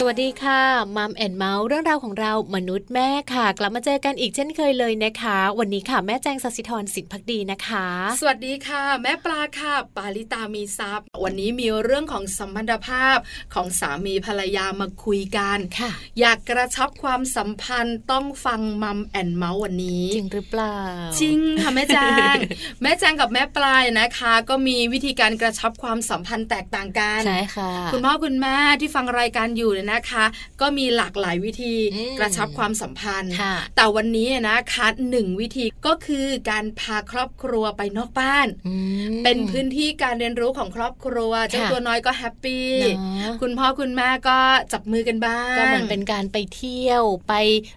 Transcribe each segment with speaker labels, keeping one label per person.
Speaker 1: สวัสดีค่ะมัมแอนเมาส์เรื่องราวของเรามนุษย์แม่ค่ะ กลับมาเจอกันอีกเช่นเคยเลยนะคะ วันนี้ค่ะแม่แจงสัสิธรสินพักดีนะคะ
Speaker 2: สวัสดีค่ะ แม่ปลาค่ะ ปาลิตามีซัพย์ วันนี้มีเรื่องของสัมพันธภาพของสามีภรรยามาคุยกัน
Speaker 1: ค่ะ
Speaker 2: อยากกระชับความสัมพันธ์ต้องฟังมัมแอนเมาส์วันนี้
Speaker 1: จริงหรือเปล่า
Speaker 2: จริงค่ะแม่แจ ง แม่แจงกับแม่ปลายนะคะ ก็มีวิธีการกระชับความสัมพันธ์แตกต่างกัน
Speaker 1: ใช่ค่ะ
Speaker 2: คุณพ่อคุณแม่ที่ฟังรายการอยู่เนี่ยนะคะ ก็มีหลากหลายวิธี
Speaker 1: อืม
Speaker 2: กระชับความสัมพันธ์
Speaker 1: ค่ะ
Speaker 2: แต่วันนี้นะคะหนึ่งวิธีก็คือการพาครอบครัวไปนอกบ้าน
Speaker 1: อืม
Speaker 2: เป็นพื้นที่การเรียนรู้ของครอบครัวเจ้าตัวน้อยก็แฮปปี้
Speaker 1: เนอะ
Speaker 2: คุณพ่อคุณแม่ก็จับมือกันบ้าง
Speaker 1: ก็เหมือนเป็นการไปเที่ยวไป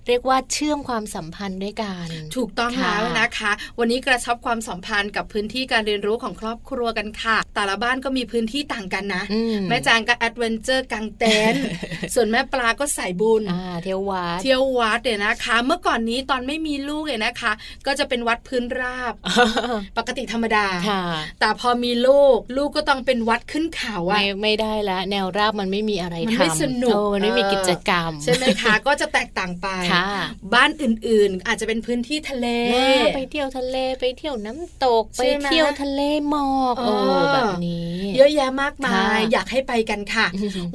Speaker 1: เรียกว่าเชื่อมความสัมพันธ์ด้วยกัน
Speaker 2: ถูกต้อง
Speaker 1: ค่ะ
Speaker 2: แล้วนะคะ วันนี้กระชับความสัมพันธ์กับพื้นที่การเรียนรู้ของครอบครัวกันค่ะ แต่ละบ้านก็มีพื้นที่ต่างกันนะ
Speaker 1: อื
Speaker 2: แม่จางก็แอดเวนเจอร์กางเต็ นท์ ส่วนแม่ปลาก็ใส่บุญ
Speaker 1: อ่าเที่ยววัด
Speaker 2: เที่ยววัดเนี่ยนะคะ เมื่อก่อนนี้ตอนไม่มีลูกเนี่ยนะคะ ก็จะเป็นวัดพื้นราบ ปกติธรรมดา
Speaker 1: ค่ะ
Speaker 2: แต่พอมีลูกลูกก็ต้องเป็นวัดขึ้นเขาอะ
Speaker 1: ไม่ไม่ได้ละแนวราบมันไม่มีอะไร
Speaker 2: มัน
Speaker 1: ทำ
Speaker 2: ไม่สนุก
Speaker 1: เออมันไม่มี
Speaker 2: เออ
Speaker 1: กิจกรรม
Speaker 2: ใช่ไหมคะ ก็จะแตกต่างไป
Speaker 1: ค่ะ
Speaker 2: บ้านอื่นๆ อาจจะเป็นพื้นที่ทะเล
Speaker 1: นะไปเที่ยวทะเลไปเที่ยวน้ำตก
Speaker 2: ใช่
Speaker 1: ไป
Speaker 2: ไหม
Speaker 1: เที่ยวทะเลหมอก
Speaker 2: เอ
Speaker 1: โอ้
Speaker 2: อ
Speaker 1: แบบนี้
Speaker 2: เยอะแยะมากมาย
Speaker 1: ค่ะ
Speaker 2: อยากให้ไปกันค่ะ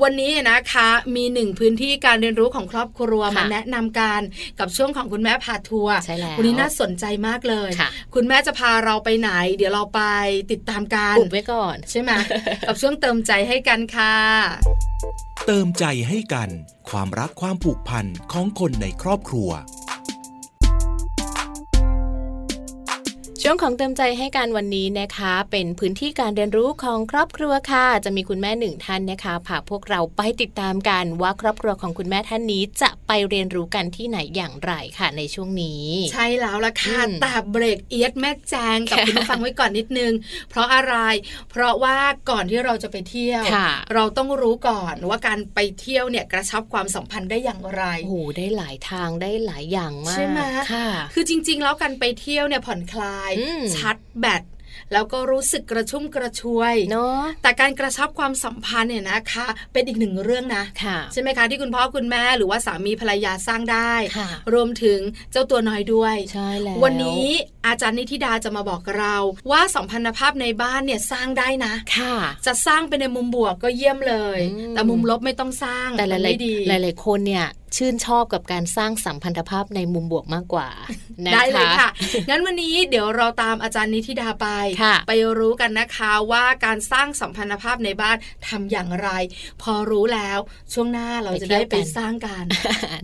Speaker 2: วันนี้นะคะมีหนึ่งพื้นที่การเรียนรู้ของครอบครัว
Speaker 1: ค่ะ
Speaker 2: มาแนะนำการกับช่วงของคุณแม่พาทัวร์
Speaker 1: ใช่แล้ว
Speaker 2: วันนี้น่าสนใจมากเลย
Speaker 1: ค่ะ
Speaker 2: คุณแม่จะพาเราไปไหน เดี๋ยวเราไปติดตามกัน
Speaker 1: อุบไว้ก่อน
Speaker 2: ใช่ไหม กับช่วงเติมใจให้กันค่ะ
Speaker 3: เติมใจให้กัน ความรักความผูกพันของคนในครอบครัว
Speaker 1: ช่วงของเติมใจให้การวันนี้นะคะ เป็นพื้นที่การเรียนรู้ของครอบครัวค่ะ จะมีคุณแม่หนึ่งท่านนะคะพาพวกเราไปติดตามกันว่าครอบครัวของคุณแม่ท่านนี้จะไปเรียนรู้กันที่ไหนอย่างไรค่ะในช่วงนี้
Speaker 2: ใช่แล้วละ
Speaker 1: อื
Speaker 2: ค่ะ
Speaker 1: ม
Speaker 2: แต่เบรกเอียดแม่แจงกับ
Speaker 1: ค่ะ
Speaker 2: คุณผู้ฟังไว้ก่อนนิดนึง เพราะอะไร เพราะว่าก่อนที่เราจะไปเที่ยว
Speaker 1: ค่ะ
Speaker 2: เราต้องรู้ก่อนว่าการไปเที่ยวเนี่ยกระชับความสัมพันธ์ได้อย่างไร
Speaker 1: โอ้โหได้หลายทางได้หลายอย่างมาก
Speaker 2: ใช่ไหม
Speaker 1: ค่ะ
Speaker 2: คือจริง ๆ แล้วการไปเที่ยวเนี่ยผ่อนคลาย
Speaker 1: อืม
Speaker 2: ชัดแบตแล้วก็รู้สึกกระชุ่มกระชวย
Speaker 1: เนาะ
Speaker 2: แต่การกระชับความสัมพันธ์เนี่ยนะคะ เป็นอีกหนึ่งเรื่องนะ
Speaker 1: ค่ะ
Speaker 2: ใช่ไหมคะที่คุณพ่อคุณแม่หรือว่าสามีภรรยาสร้างได้
Speaker 1: ค่ะ
Speaker 2: รวมถึงเจ้าตัวน้อยด้วย
Speaker 1: ใช่แล้ว
Speaker 2: วันนี้อาจารย์นิธิดาจะมาบอกเรา ว่าสัมพันธภาพในบ้านเนี่ยสร้างได้นะ
Speaker 1: ค่ะ
Speaker 2: จะสร้างไปในมุมบวกก็เยี่ยมเลย
Speaker 1: อืม
Speaker 2: แต่มุมลบไม่ต้องสร้าง
Speaker 1: แต่ห
Speaker 2: มัน
Speaker 1: ลาย
Speaker 2: ไม่ดี
Speaker 1: ๆหลายๆคนเนี่ยชื่นชอบกับการสร้างสัมพันธภาพในมุมบวกมาก กว่านะ
Speaker 2: ได้เลย
Speaker 1: คะ
Speaker 2: ค่ะ งั้นวันนี้เดี๋ยวเราตามอาจารย์นิธิดาไป
Speaker 1: ค่ะ
Speaker 2: ไปรู้กันนะคะว่าการสร้างสัมพันธภาพในบ้านทำอย่างไร พอรู้แล้วช่วงหน้าเราจะได้ไปสร้างกัน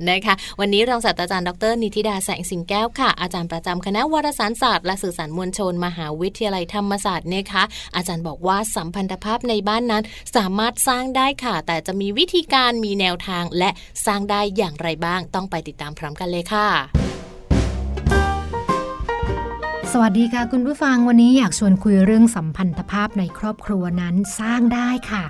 Speaker 1: นะคะ วันนี้รองศาสตราจารย์ดรนิติดาแสงสิงแก้วค่ะ อาจารย์ประจำคณะวารสารศาสตร์และสื่อสารมวลชน มหาวิทยาลัยธรรมศาสตร์นะคะ อาจารย์บอกว่าสัมพันธภาพในบ้านนั้น สามารถสร้างได้ค่ะ แต่จะมีวิธีการมีแนวทางและสร้างได้อย่างไรบ้าง ต้องไปติดตามพร้อมกันเลยค่ะ
Speaker 4: สวัสดีค่ะคุณผู้ฟังวันนี้อยากชวนคุยเรื่องสัมพันธภาพในครอบครัวนั้นสร้างได้ค่ะ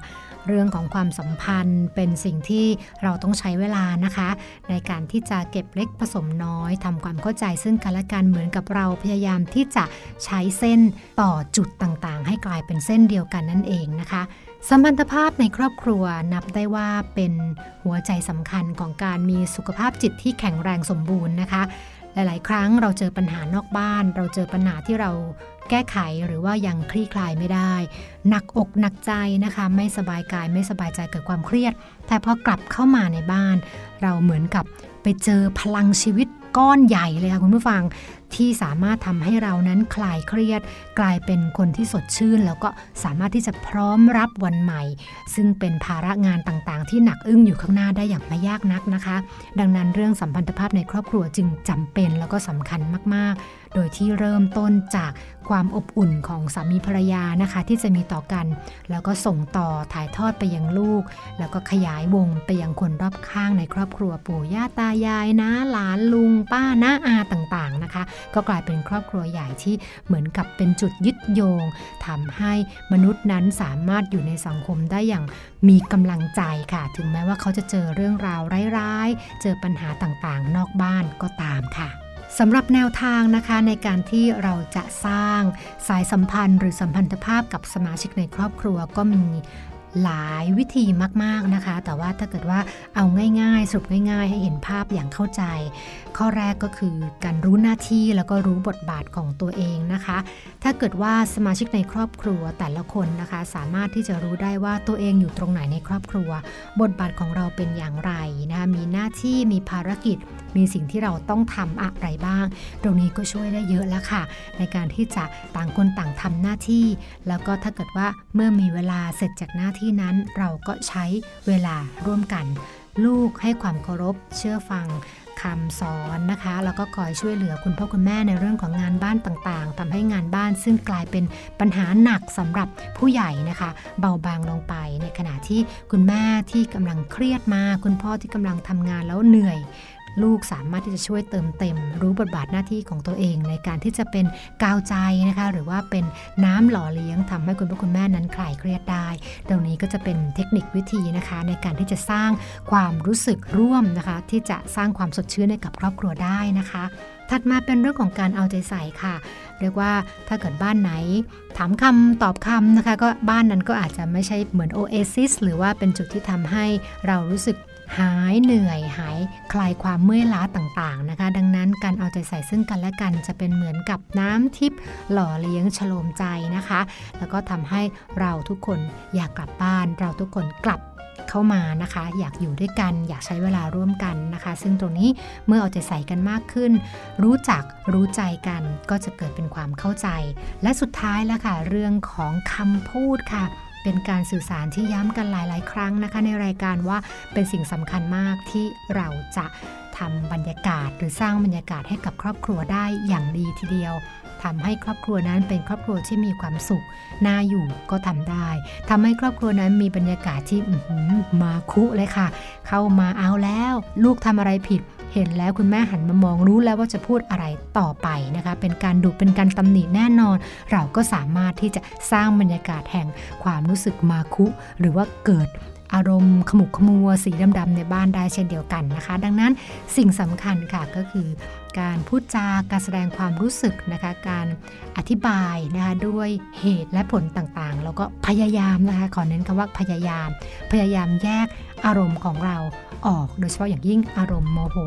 Speaker 4: เรื่องของความสัมพันธ์เป็นสิ่งที่เราต้องใช้เวลานะคะ ในการที่จะเก็บเล็กผสมน้อยทำความเข้าใจซึ่งกันและกันเหมือนกับเราพยายามที่จะใช้เส้นต่อจุดต่างๆ ให้กลายเป็นเส้นเดียวกันนั่นเองนะคะ สัมพันธภาพในครอบครัวนับได้ว่าเป็นหัวใจสำคัญของการมีสุขภาพจิตที่แข็งแรงสมบูรณ์นะคะ หลาย ๆ ครั้งเราเจอปัญหานอกบ้าน เราเจอปัญหาที่เราแก้ไขหรือว่ายังคลี่คลายไม่ได้ หนักอกหนักใจนะคะ ไม่สบายกายไม่สบายใจเกิดความเครียด แต่พอกลับเข้ามาในบ้าน เราเหมือนกับไปเจอพลังชีวิตก้อนใหญ่เลยค่ะคุณผู้ฟังที่สามารถทำให้เรานั้นคลายเครียด กลายเป็นคนที่สดชื่น แล้วก็สามารถที่จะพร้อมรับวันใหม่ ซึ่งเป็นภาระงานต่างๆ ที่หนักอึ้งอยู่ข้างหน้าได้อย่างไม่ยากนักนะคะ ดังนั้นเรื่องสัมพันธภาพในครอบครัวจึงจำเป็นแล้วก็สำคัญมาก ๆ โดยที่เริ่มต้นจากความอบอุ่นของสามีภรรยานะคะ ที่จะมีต่อกัน แล้วก็ส่งต่อถ่ายทอดไปยังลูก แล้วก็ขยายวงไปยังคนรอบข้างในครอบครัวปู่ย่าตายายนะหลานลุง ป้าน้าอาต่างๆนะคะ ก็กลายเป็นครอบครัวใหญ่ที่เหมือนกับเป็นจุดยึดโยงทำให้มนุษย์นั้นสามารถอยู่ในสังคมได้อย่างมีกำลังใจค่ะ ถึงแม้ว่าเขาจะเจอเรื่องราวร้ายๆ เจอปัญหาต่างๆ นอกบ้านก็ตามค่ะ สำหรับแนวทางนะคะในการที่เราจะสร้างสายสัมพันธ์หรือสัมพันธภาพกับสมาชิกในครอบครัวก็มีหลายวิธีมากๆนะคะ แต่ว่าถ้าเกิดว่าเอาง่ายๆ สรุปง่าย ๆ ให้เห็นภาพอย่างเข้าใจ ข้อแรกก็คือการรู้หน้าที่แล้วก็รู้บทบาทของตัวเองนะคะ ถ้าเกิดว่าสมาชิกในครอบครัวแต่ละคนนะคะ สามารถที่จะรู้ได้ว่าตัวเองอยู่ตรงไหนในครอบครัว บทบาทของเราเป็นอย่างไรนะคะมีหน้าที่มีภารกิจ มีสิ่งที่เราต้องทำอะไรบ้าง ตรงนี้ก็ช่วยได้เยอะแล้วค่ะ ในการที่จะต่างคนต่างทำหน้าที่ แล้วก็ถ้าเกิดว่าเมื่อมีเวลาเสร็จจากหน้าที่นั้น เราก็ใช้เวลาร่วมกัน ลูกให้ความเคารพเชื่อฟังคำสอนนะคะ แล้วก็คอยช่วยเหลือคุณพ่อคุณแม่ในเรื่องของงานบ้านต่างๆทำให้งานบ้านซึ่งกลายเป็นปัญหาหนักสำหรับผู้ใหญ่นะคะ เบาบางลงไปในขณะที่คุณแม่ที่กำลังเครียดมากคุณพ่อที่กำลังทำงานแล้วเหนื่อย ลูกสามารถที่จะช่วยเติมเต็ม รู้บทบาทหน้าที่ของตัวเอง ในการที่จะเป็นกาวใจนะคะ หรือว่าเป็นน้ำหล่อเลี้ยงทำให้คุณพ่อคุณแม่นั้นคลายเครียดได้ ตรงนี้ก็จะเป็นเทคนิควิธีนะคะ ในการที่จะสร้างความรู้สึกร่วมนะคะ ที่จะสร้างความสดชื่นให้กับครอบครัวได้นะคะ ถัดมาเป็นเรื่องของการเอาใจใส่ค่ะ เรียกว่าถ้าเกิดบ้านไหน ถามคำตอบคำนะคะ ก็บ้านนั้นก็อาจจะไม่ใช่เหมือนโอเอซิสหรือว่าเป็นจุดที่ทำให้เรารู้สึกหายเหนื่อยหายคลายความเมื่อยล้าต่างๆนะคะ ดังนั้นการเอาใจใส่ซึ่งกันและกันจะเป็นเหมือนกับน้ำทิพย์หล่อเลี้ยงฉโลมใจนะคะ แล้วก็ทำให้เราทุกคนอยากกลับบ้าน เราทุกคนกลับเข้ามานะคะ อยากอยู่ด้วยกัน อยากใช้เวลาร่วมกันนะคะ ซึ่งตรงนี้เมื่อเอาใจใส่กันมากขึ้น รู้จักรู้ใจกันก็จะเกิดเป็นความเข้าใจ และสุดท้ายแล้วค่ะ เรื่องของคำพูดค่ะ เป็นการสื่อสารที่ย้ำกันหลาย ๆ ครั้งนะคะ ในรายการว่าเป็นสิ่งสำคัญมากที่เราจะทำบรรยากาศ หรือสร้างบรรยากาศให้กับครอบครัวได้อย่างดีทีเดียวทำให้ครอบครัวนั้นเป็นครอบครัวที่มีความสุข น่าอยู่ก็ทำได้ทำให้ครอบครัวนั้นมีบรรยากาศที่อื้อหือมาคุเลยค่ะ เข้ามาเอาแล้ว ลูกทำอะไรผิด เห็นแล้วคุณแม่หันมามองรู้แล้วว่าจะพูดอะไรต่อไปนะคะ เป็นการดุเป็นการตำหนิแน่นอน เราก็สามารถที่จะสร้างบรรยากาศแห่งความรู้สึกมาคุ หรือว่าเกิดอารมณ์ขมุกขมัวสีดำๆในบ้านได้เช่นเดียวกันนะคะ ดังนั้นสิ่งสำคัญค่ะก็คือ การพูดจาการแสดงความรู้สึกนะคะ การอธิบายนะคะด้วยเหตุและผลต่างๆ แล้วก็พยายามนะคะขอเน้นคำว่าพยายาม พยายามแยกอารมณ์ของเราออก โดยเฉพาะอย่างยิ่งอารมณ์โมโห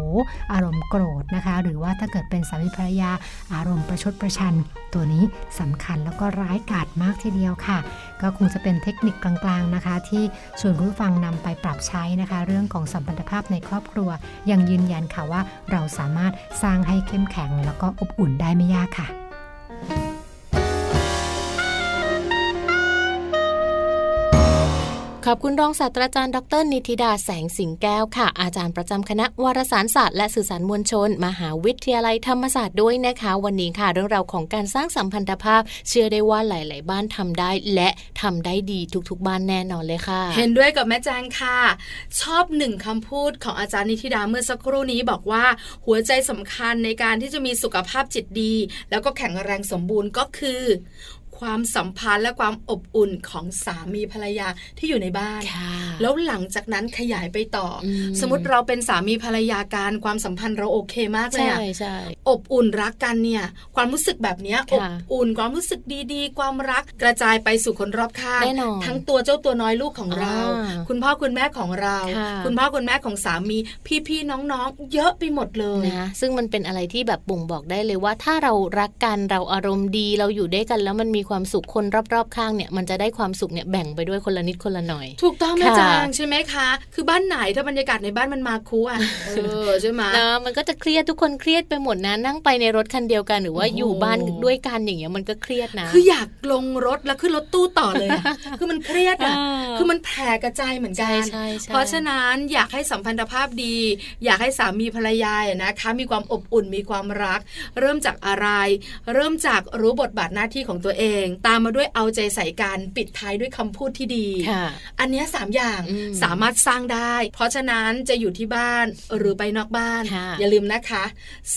Speaker 4: อารมณ์โกรธนะคะ หรือว่าถ้าเกิดเป็นสามีภรรยา อารมณ์ประชดประชัน ตัวนี้สำคัญแล้วก็ร้ายกาจมากทีเดียวค่ะ ก็คงจะเป็นเทคนิคกลางๆนะคะ ที่ชวนคุณผู้ฟังนำไปปรับใช้นะคะ เรื่องของสัมพันธภาพในครอบครัว ยังยืนยันค่ะว่าเราสามารถสร้างให้เข้มแข็ง แล้วก็อบอุ่นได้ไม่ยากค่ะ
Speaker 1: ขอบคุณรองศาสตราจารย์ดรนิติดาแสงสิงแก้วค่ะ อาจารย์ประจำคณะวารสารศาสตร์และสื่อสารมวลชน มหาวิทยาลัยธรรมศาสตร์ด้วยนะคะ วันนี้ค่ะ เรื่องราวของการสร้างสัมพันธภาพ เชื่อได้ว่าหลาย ๆ บ้านทำได้ และทำได้ดีทุก ๆ บ้านแน่นอนเลยค่ะ
Speaker 2: เห็นด้วยกับแม่แจงค่ะ ชอบหนึ่งคำพูดของอาจารย์นิธิดาเมื่อสักครู่นี้บอกว่าหัวใจสำคัญในการที่จะมีสุขภาพจิตดี แล้วก็แข็งแรงสมบูรณ์ก็คือ ความสัมพันธ์และความอบอุ่นของสามีภรรยาที่อยู่ในบ้าน
Speaker 1: ค่ะ
Speaker 2: แล้วหลังจากนั้นขยายไปต่ออ
Speaker 1: อื
Speaker 2: สมมติเราเป็นสามีภรรยาการความสัมพันธ์เราโอเคมากเลย
Speaker 1: ใช่
Speaker 2: อะ
Speaker 1: ใช่
Speaker 2: อบอุ่นรักกันเนี่ย ความรู้สึกแบบเนี้ยอบ
Speaker 1: ค่ะ
Speaker 2: อุ่นความรู้สึกดีๆ ความรักกระจายไปสู่คนรอบข้าง
Speaker 1: แน่นอน
Speaker 2: ทั้งตัวเจ้าตัวน้อยลูกของเรา
Speaker 1: อ่า
Speaker 2: คุณพ่อคุณแม่ของเรา
Speaker 1: ค่ะ
Speaker 2: คุณพ่อคุณแม่ของสามี พี่ๆน้องๆ เยอะไปหมดเลย
Speaker 1: นะซึ่งมันเป็นอะไรที่แบบบ่งบอกได้เลยว่าถ้าเรารักกันเราอารมณ์ดีเราอยู่ด้วยกัน แล้วมันมีความสุขคนรอบๆข้างเนี่ยมันจะได้ความสุขเนี่ยแบ่งไปด้วยคนละนิดคนละหน่อย
Speaker 2: ถูกต้องแม่
Speaker 1: ค่ะ
Speaker 2: จางใช่ไหมคะ คือบ้านไหนถ้าบรรยากาศในบ้านมันมาคุ อ่ะเออใช่ไหม
Speaker 1: นะมันก็จะเครียดทุกคนเครียดไปหมดนะนั่งไปในรถคันเดียวกัน หรือว่า
Speaker 2: โอ้โห
Speaker 1: อยู่บ้านด้วยกันอย่างเงี้ยมันก็เครียดนะ
Speaker 2: คืออยากลงรถแล้วขึ้นรถตู้ต่อเลยอะคือมันเครียดอะ
Speaker 1: อ่า
Speaker 2: คือมันแผ่กระจายเหมือนกั
Speaker 1: ใช่
Speaker 2: น
Speaker 1: ใช่ใช่
Speaker 2: เพราะฉะนั้นอยากให้สัมพันธภาพดี อยากให้สามีภรรยาอะนะคะ มีความอบอุ่นมีความรัก เริ่มจากอะไร เริ่มจากรู้บทบาทหน้าที่ของตัวเอ ตามมาด้วยเอาใจใส่กันปิดท้ายด้วยคำพูดที่ดี
Speaker 1: ค่ะ
Speaker 2: อันเนี้ยสามอย่าง
Speaker 1: อืม
Speaker 2: สามารถสร้างได้ เพราะฉะนั้นจะอยู่ที่บ้านหรือไปนอกบ้าน
Speaker 1: ค่ะ
Speaker 2: อย่าลืมนะคะ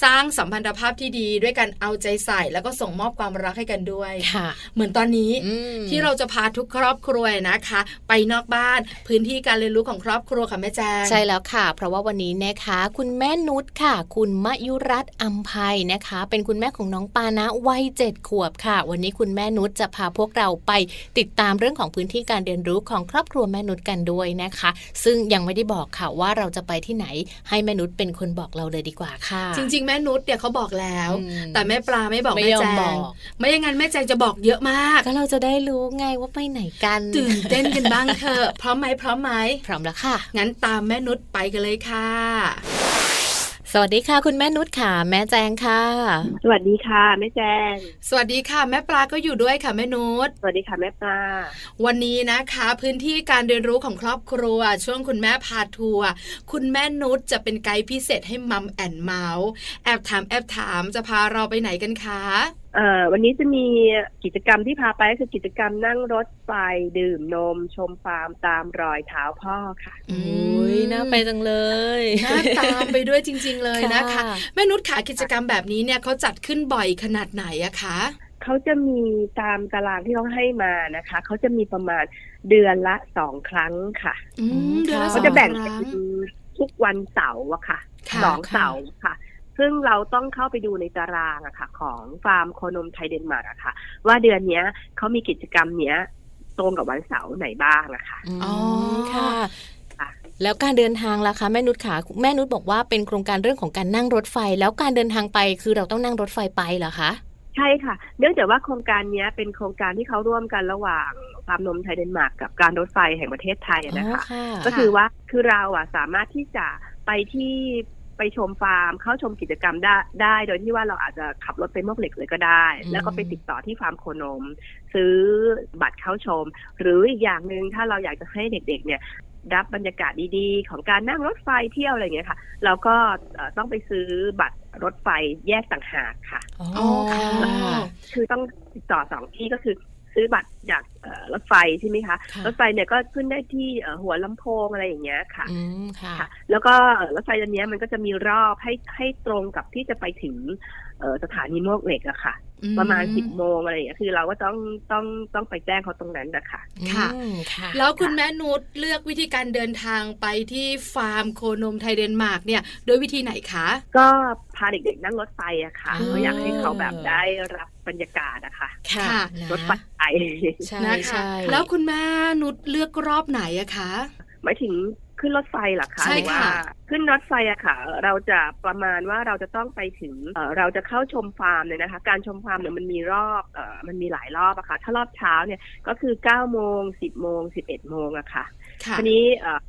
Speaker 2: สร้างสัมพันธภาพที่ดีด้วยการเอาใจใส่แล้วก็ส่งมอบความรักให้กันด้วย
Speaker 1: ค่ะ
Speaker 2: เหมือนตอนนี้
Speaker 1: อืม
Speaker 2: ที่เราจะพาทุกครอบครัวนะคะ ไปนอกบ้านพื้นที่การเรียนรู้ของครอบครัวค่ะแม่แจง
Speaker 1: ใช่แล้วค่ะ เพราะว่าวันนี้นะคะ คุณแม่นุชค่ะ คุณมยุรัตน์อัมภัยนะคะ เป็นคุณแม่ของน้องปานะวัยเจ็ดขวบค่ะ วันนี้คุณแม่นุชจะพาพวกเราไปติดตามเรื่องของพื้นที่การเรียนรู้ของครอบครัวแม่นุชกันด้วยนะคะ ซึ่งยังไม่ได้บอกค่ะว่าเราจะไปที่ไหนให้แม่นุชเป็นคนบอกเราเลยดีกว่าค่ะ
Speaker 2: จริง ๆ แม่นุชเนี่ยเขาบอกแล้ว
Speaker 1: อืม
Speaker 2: แต่แม่ปลาไม่บอก
Speaker 1: ไม่
Speaker 2: แม่
Speaker 1: ยอม
Speaker 2: แจ
Speaker 1: บอง ก
Speaker 2: ไม่อย่างนั้นแม่แจงจะบอกเยอะมาก
Speaker 1: ก็เราจะได้รู้ไงว่าไปไหนกัน
Speaker 2: ตื่นเต้นกันบ้างเถอะ พร้อมไหมพร้อมไหม
Speaker 1: พร้อมแล้วค่ะ
Speaker 2: งั้นตามแม่นุชไปกันเลยค่ะ
Speaker 1: สวัสดีค่ะ คุณแม่นุชค่ะ แม่แจงค่ะ
Speaker 5: สวัสดีค่ะแม่แจง
Speaker 2: สวัสดีค่ะ แม่ปลาก็อยู่ด้วยค่ะแม่นุช
Speaker 5: สวัสดีค่ะแม่ปลา
Speaker 2: วันนี้นะคะ พื้นที่การเรียนรู้ของครอบครัว ช่วงคุณแม่พาทัวร์คุณแม่นุชจะเป็นไกด์พิเศษให้มัมแอนเมาส์แอบถามแอบถามจะพาเราไปไหนกันคะ
Speaker 5: เอ่อวันนี้จะมีกิจกรรมที่พาไปก็คือกิจกรรมนั่งรถไฟดื่มนม ชมฟาร์มตามรอยเท้าพ่อค่ะ
Speaker 1: โอ้ยน่าไปจังเลย
Speaker 2: น่าตามไปด้วยจริง ๆ เลยนะคะ
Speaker 1: ค่ะ
Speaker 2: แม่นุชขากิจกรรมแบบนี้เนี่ยเขาจัดขึ้นบ่อยขนาดไหนอะคะ
Speaker 5: เขาจะมีตามตารางที่เขาให้มานะคะ เขาจะมีประมาณเดือนละสองครั้งค่ะ
Speaker 2: อืมเดือนละส
Speaker 5: เขา
Speaker 2: อง
Speaker 5: จะแบ่ง
Speaker 2: ค
Speaker 5: เป็
Speaker 2: รั้
Speaker 5: น
Speaker 2: ง
Speaker 5: ทุกวันเสาร์อะค่ะ
Speaker 2: ค่ะ
Speaker 5: สองเสาร์ค่ะ ซึ่งเราต้องเข้าไปดูในตารางอะค่ะ ของฟาร์มโคนมไทยเดนมาร์กอะค่ะ ว่าเดือนเนี้ยเขามีกิจกรรมเนี้ยตรงกับวันเสาร์ไหนบ้างนะคะ
Speaker 1: ม
Speaker 2: อ๋อ
Speaker 1: ค่ะ
Speaker 5: ค่ะ
Speaker 1: แล้วการเดินทางล่ะคะแม่นุชขาแม่นุชบอกว่าเป็นโครงการเรื่องของการนั่งรถไฟ แล้วการเดินทางไปคือเราต้องนั่งรถไฟไปเหรอคะ
Speaker 5: ใช่ค่ะ เนื่องจากว่าโครงการเนี้ยเป็นโครงการที่เขาร่วมกันระหว่างฟาร์มนมไทยเดนมาร์กกับการรถไฟแห่งประเทศไทย
Speaker 1: อ๋
Speaker 5: นะ
Speaker 1: อ
Speaker 5: คะ
Speaker 1: ค่ะ
Speaker 5: ก็คือว่าคือเราอ่ะสามารถที่จะไปที่ไปชมฟาร์ม เข้าชมกิจกรรมได้ได้ โดยที่ว่าเราอาจจะขับรถไปมอกเหล็กเลยก็ได้
Speaker 1: อืม
Speaker 5: แล้วก็ไปติดต่อที่ฟาร์มโคนม ซื้อบัตรเข้าชม หรืออีกอย่างหนึ่งถ้าเราอยากจะให้เด็ก ๆ เนี่ยรับบรรยากาศดีๆ ของการนั่งรถไฟเที่ยวอะไรอย่างเงี้ยค่ะ เราก็เอ่อต้องไปซื้อบัตรรถไฟแยกต่างหากค่ะ
Speaker 1: อ๋อ
Speaker 2: อ๋อ
Speaker 1: ค่ะ
Speaker 5: คือต้องติดต่อสองที่ก็คือซื้อบัตรจากเอ่อรถไฟใช่ไหมคะ
Speaker 1: ค่ะ
Speaker 5: รถไฟเนี่ยก็ขึ้นได้ที่เอ่อหัวลำโพงอะไรอย่างเงี้ยค่ะ
Speaker 1: อืมค่ะ
Speaker 5: ค่ะ แล้วก็เอ่อรถไฟอันเนี้ยมันก็จะมีรอบให้ให้ตรงกับที่จะไปถึงเอ่อสถานีมวกเหล็กอะค่ะ
Speaker 2: อื
Speaker 5: ประมาณสิบโมงอะไรอย่างเงี้ยคือเราก็ต้องต้องต้องไปแจ้งเขาตรงนั้นนะคะ
Speaker 2: ค่ะ
Speaker 1: อืมค่ะ
Speaker 2: แล้วคุณแม่นุชเลือกวิธีการเดินทางไปที่ฟาร์มโคนมไทยเดนมาร์กเนี่ยด้วยวิธีไหนคะ
Speaker 5: ก็พาเด็กๆนั่งรถไฟอะค่ะ
Speaker 1: อ๋อ
Speaker 5: ก็อยากให้เขาแบบได้รับบรรยากาศอะค่ะ
Speaker 1: ค่ะ
Speaker 2: ค่ะ
Speaker 1: นะ
Speaker 5: รถไฟ
Speaker 1: ใช่
Speaker 2: นะคะ
Speaker 1: ใช่
Speaker 2: แล้วคุณแม่นุชเลือกรอบไหนอะคะ
Speaker 5: หมายถึงขึ้นรถไฟเหรอคะ
Speaker 2: ใช่
Speaker 5: หรือว่า
Speaker 2: ค่ะ
Speaker 5: ขึ้นรถไฟอะค่ะ เราจะประมาณว่าเราจะต้องไปถึงเอ่อเราจะเข้าชมฟาร์มเนี่ยนะคะ การชมฟาร์มเนี่ยมันมีรอบเอ่อมันมีหลายรอบอะค่ะ ถ้ารอบเช้าเนี่ยก็คือ9ก้าโมงสิบโมงสิบเอ็ดโมงอะค่ะ
Speaker 2: ค่ะ
Speaker 5: ทีนี้เอ่อ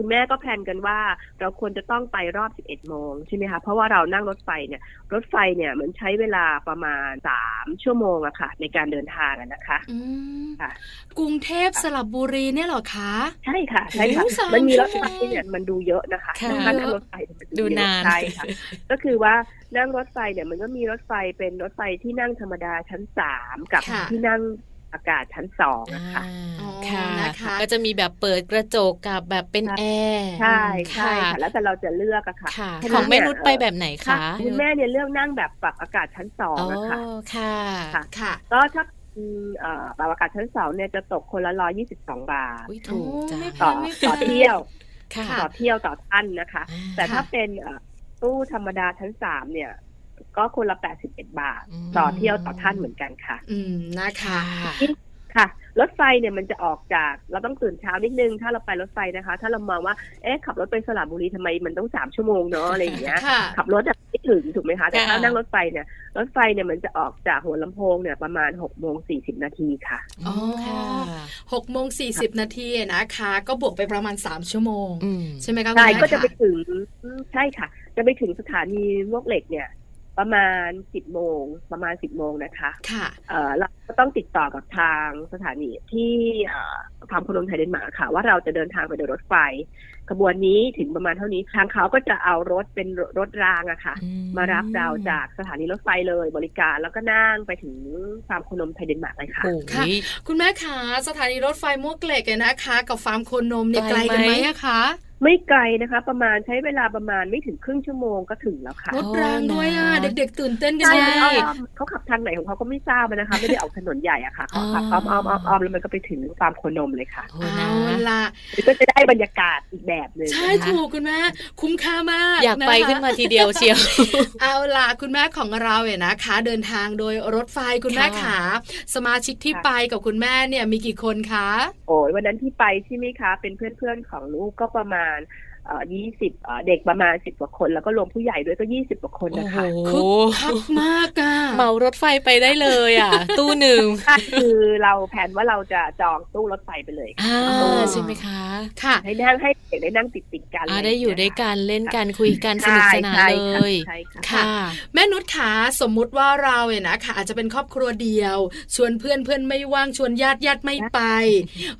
Speaker 5: คุณแม่ก็แพลนกันว่าเราควรจะต้องไปรอบ 11 โมงใช่ไหมคะเพราะว่าเรานั่งรถไฟเนี่ยรถไฟเนี่ยเหมือนใช้เวลาประมาณ 3 ชั่วโมงอะค่ะ ในการเดินทางอะนะคะ
Speaker 2: อืม
Speaker 5: ค่ะ
Speaker 2: กรุงเทพสระบุรีเนี่ยเหรอคะ
Speaker 5: ใช่ค่ะใช่ค่ะ
Speaker 2: โอ้ยสาม
Speaker 5: มันมีรถไฟ
Speaker 2: ชั่วโมง
Speaker 5: เนี่ยมันดูเยอะนะคะ
Speaker 1: ค่ะ
Speaker 5: นั่งนั่งรถไฟเนี่ยมัน
Speaker 1: ดู
Speaker 5: ดูเยอะ
Speaker 1: นาน
Speaker 5: ใช่ค่ะ ก็คือว่านั่งรถไฟเนี่ยมันก็มีรถไฟเป็นรถไฟที่นั่งธรรมดาชั้นสามกับ
Speaker 2: ค่ะ
Speaker 5: ที่นั่งอากาศชั้นสอง
Speaker 1: อ่า
Speaker 5: นะคะ
Speaker 2: อ๋อ
Speaker 1: ค่ะ
Speaker 2: นะคะ
Speaker 1: ก็จะมีแบบเปิดกระจกกับแบบเป็นแอร์
Speaker 5: ใช่ใช่
Speaker 1: ค่ะ
Speaker 5: ค่ะ แล้วแต่เราจะเลือกอะค่ะ
Speaker 1: ค่ะ
Speaker 5: ทีนี้
Speaker 1: ของแม่นุช
Speaker 5: เย
Speaker 1: ไปแบบไหนคะ
Speaker 5: คุณแม่เนี่ยเลือกนั่งแบบปรับอากาศชั้นสอง
Speaker 1: อ๋อ
Speaker 5: อะค่ะ
Speaker 1: ค่ะ
Speaker 5: ค่ะ
Speaker 2: ค่ะ
Speaker 5: ก็ถ้าอืมเอ่อปรับอากาศชั้นสองเนี่ยจะตกคนละร้อยยี่สิบสองบาท
Speaker 1: อุ้ยถูกจ้ะ
Speaker 2: โอ้ไม่แพ
Speaker 5: ต่
Speaker 2: ไม่แพง
Speaker 5: อต่อเที่ยว
Speaker 1: ค่ะ
Speaker 5: ต่อเที่ยวต่อท่านนะคะ แต่ถ้าเป็นเอ่อตู้ธรรมดาชั้นสามเนี่ย ก็คนละ 81 บาท
Speaker 1: อืม
Speaker 5: ต่อเที่ยวต่อท่านเหมือนกันค่ะ
Speaker 2: อืมนะคะ
Speaker 1: ค่ะ
Speaker 5: ค่ะ รถไฟเนี่ยมันจะออกจากเราต้องตื่นเช้านิดนึง ถ้าเราไปรถไฟนะคะ ถ้าเรามองว่าเอ๊ะขับรถไปสระบุรีทำไมมันต้องสามชั่วโมงเนาะอะไรอย่างเงี้ย
Speaker 2: ค่ะ
Speaker 5: ขับรถจะไม่ถึงถูกไหมคะแต่ถ้า
Speaker 1: ค่ะ
Speaker 5: นั่งรถไฟเนี่ยรถไฟเนี่ยมันจะออกจากหัวลำโพงเนี่ยประมาณ6กโมงสี่สิบนาทีค่ะ
Speaker 1: อ๋อค่ะ
Speaker 2: หกโมงสี่สิบนาทีนะคะ ก็บวกไปประมาณสามชั่วโมง
Speaker 1: อืม
Speaker 2: ใช่ไหมคะคุณ
Speaker 5: ใช่
Speaker 2: แม่
Speaker 5: ก็จะไป
Speaker 2: ค่
Speaker 5: ถึงใช่ค่ะ จะไปถึงสถานีมวกเหล็กเนี่ย ประมาณสิบโมงประมาณสิบโมงนะคะ
Speaker 2: ค่ะ
Speaker 5: เอ่อเราก็ต้องติดต่อกับทางสถานีที่เอ่อฟาร์มโคนมไทยเดนมาร์กค่ะ ว่าเราจะเดินทางไปโดยรถไฟ ขบวนนี้ถึงประมาณเท่านี้ ทางเขาก็จะเอารถเป็นรถรางอะค่ะ มารับเราจากสถานีรถไฟเลยบริการแล้วก็นั่งไปถึงฟาร์มโคนมไทยเดนมาร์กเลยค่ะ
Speaker 1: โอ้โห
Speaker 2: ค่ะ คุณแม่ขาสถานีรถไฟมวกเหล็กเนี่ยนะคะ กับฟาร์มโคนนมเนี่ย
Speaker 1: ไก
Speaker 2: ไกล
Speaker 1: ล
Speaker 2: กันไหม
Speaker 1: ไหม
Speaker 2: อะคะ
Speaker 5: ไม่ไกลนะคะ ประมาณใช้เวลาประมาณไม่ถึงครึ่งชั่วโมงก็ถึงแล้วค่ะ
Speaker 2: รถรางด้วยอะ
Speaker 1: โอ้นะ
Speaker 2: เด็ก ๆ ตื่นเต้นกัน
Speaker 5: ใช่
Speaker 2: ไหม
Speaker 5: อ้อมๆเขาขับทางไหนของเขาก็ไม่ทราบนะคะ ไม่ได้ออกถนนใหญ่อะค่ะเขาขับอ้อมอ้อมอ้อมอ้อมแล้วมันก็ไปถึงฟาร์มโคนมเลยค่ะ
Speaker 1: โอ้โห
Speaker 2: เอา
Speaker 1: นะ
Speaker 2: ล่ะ
Speaker 5: ก็จะได้บรรยากาศอีกแบบหนึ่ง
Speaker 2: ใช่
Speaker 5: นะคะ
Speaker 2: ถูกคุณแม่คุ้มค่ามาก
Speaker 1: อยากไป
Speaker 2: ะคะ
Speaker 1: ขึ้นมาทีเดียวเชียว
Speaker 2: เอาล่ะคุณแม่ของเราเนี่ยนะคะ เดินทางโดยรถไฟคุณแม่ขา
Speaker 1: ค่ะ
Speaker 2: สมาชิกที่
Speaker 5: ค่ะ
Speaker 2: ไปกับคุณแม่เนี่ยมีกี่คนคะ
Speaker 5: โอ้ยวันนั้นที่ไปใช่ไหมคะ เป็นเพื่อนๆของลูกก็ประมาณเอ่อยี่สิบเด็กประมาณสิบกว่าคน แล้วก็รวมผู้ใหญ่ด้วยก็ยี่สิบกว่าคน
Speaker 1: โอ้
Speaker 5: นะ
Speaker 1: โห
Speaker 5: คะ
Speaker 2: คึกคักมากอะ
Speaker 1: เหมารถไฟไปได้เลยอ่ะ ตู้หนึ่ง
Speaker 5: ก็คือเราแผนว่าเราจะจองตู้รถไฟไปเลยค่ะ
Speaker 1: อ่าใช่ไหมคะ
Speaker 2: ค่ะ
Speaker 5: ให้นั่งให้เด็กได้นั่งติดติดๆกัน
Speaker 1: อ่า
Speaker 5: เล
Speaker 1: ได้อยู่ด้วยกันเล่นกันคุยกันส
Speaker 5: ใช่
Speaker 1: นุกสนาน
Speaker 5: ใช่
Speaker 1: เล
Speaker 5: ค่ะ
Speaker 1: ย
Speaker 5: ใช่ค่ะ
Speaker 1: ค่ะ
Speaker 2: แม่นุชขาสมมุติว่าเราเนี่ยนะคะอาจจะเป็นครอบครัวเดียว ชวนเพื่อนเพื่อนไม่ว่างชวนญาติญาติไม่ไป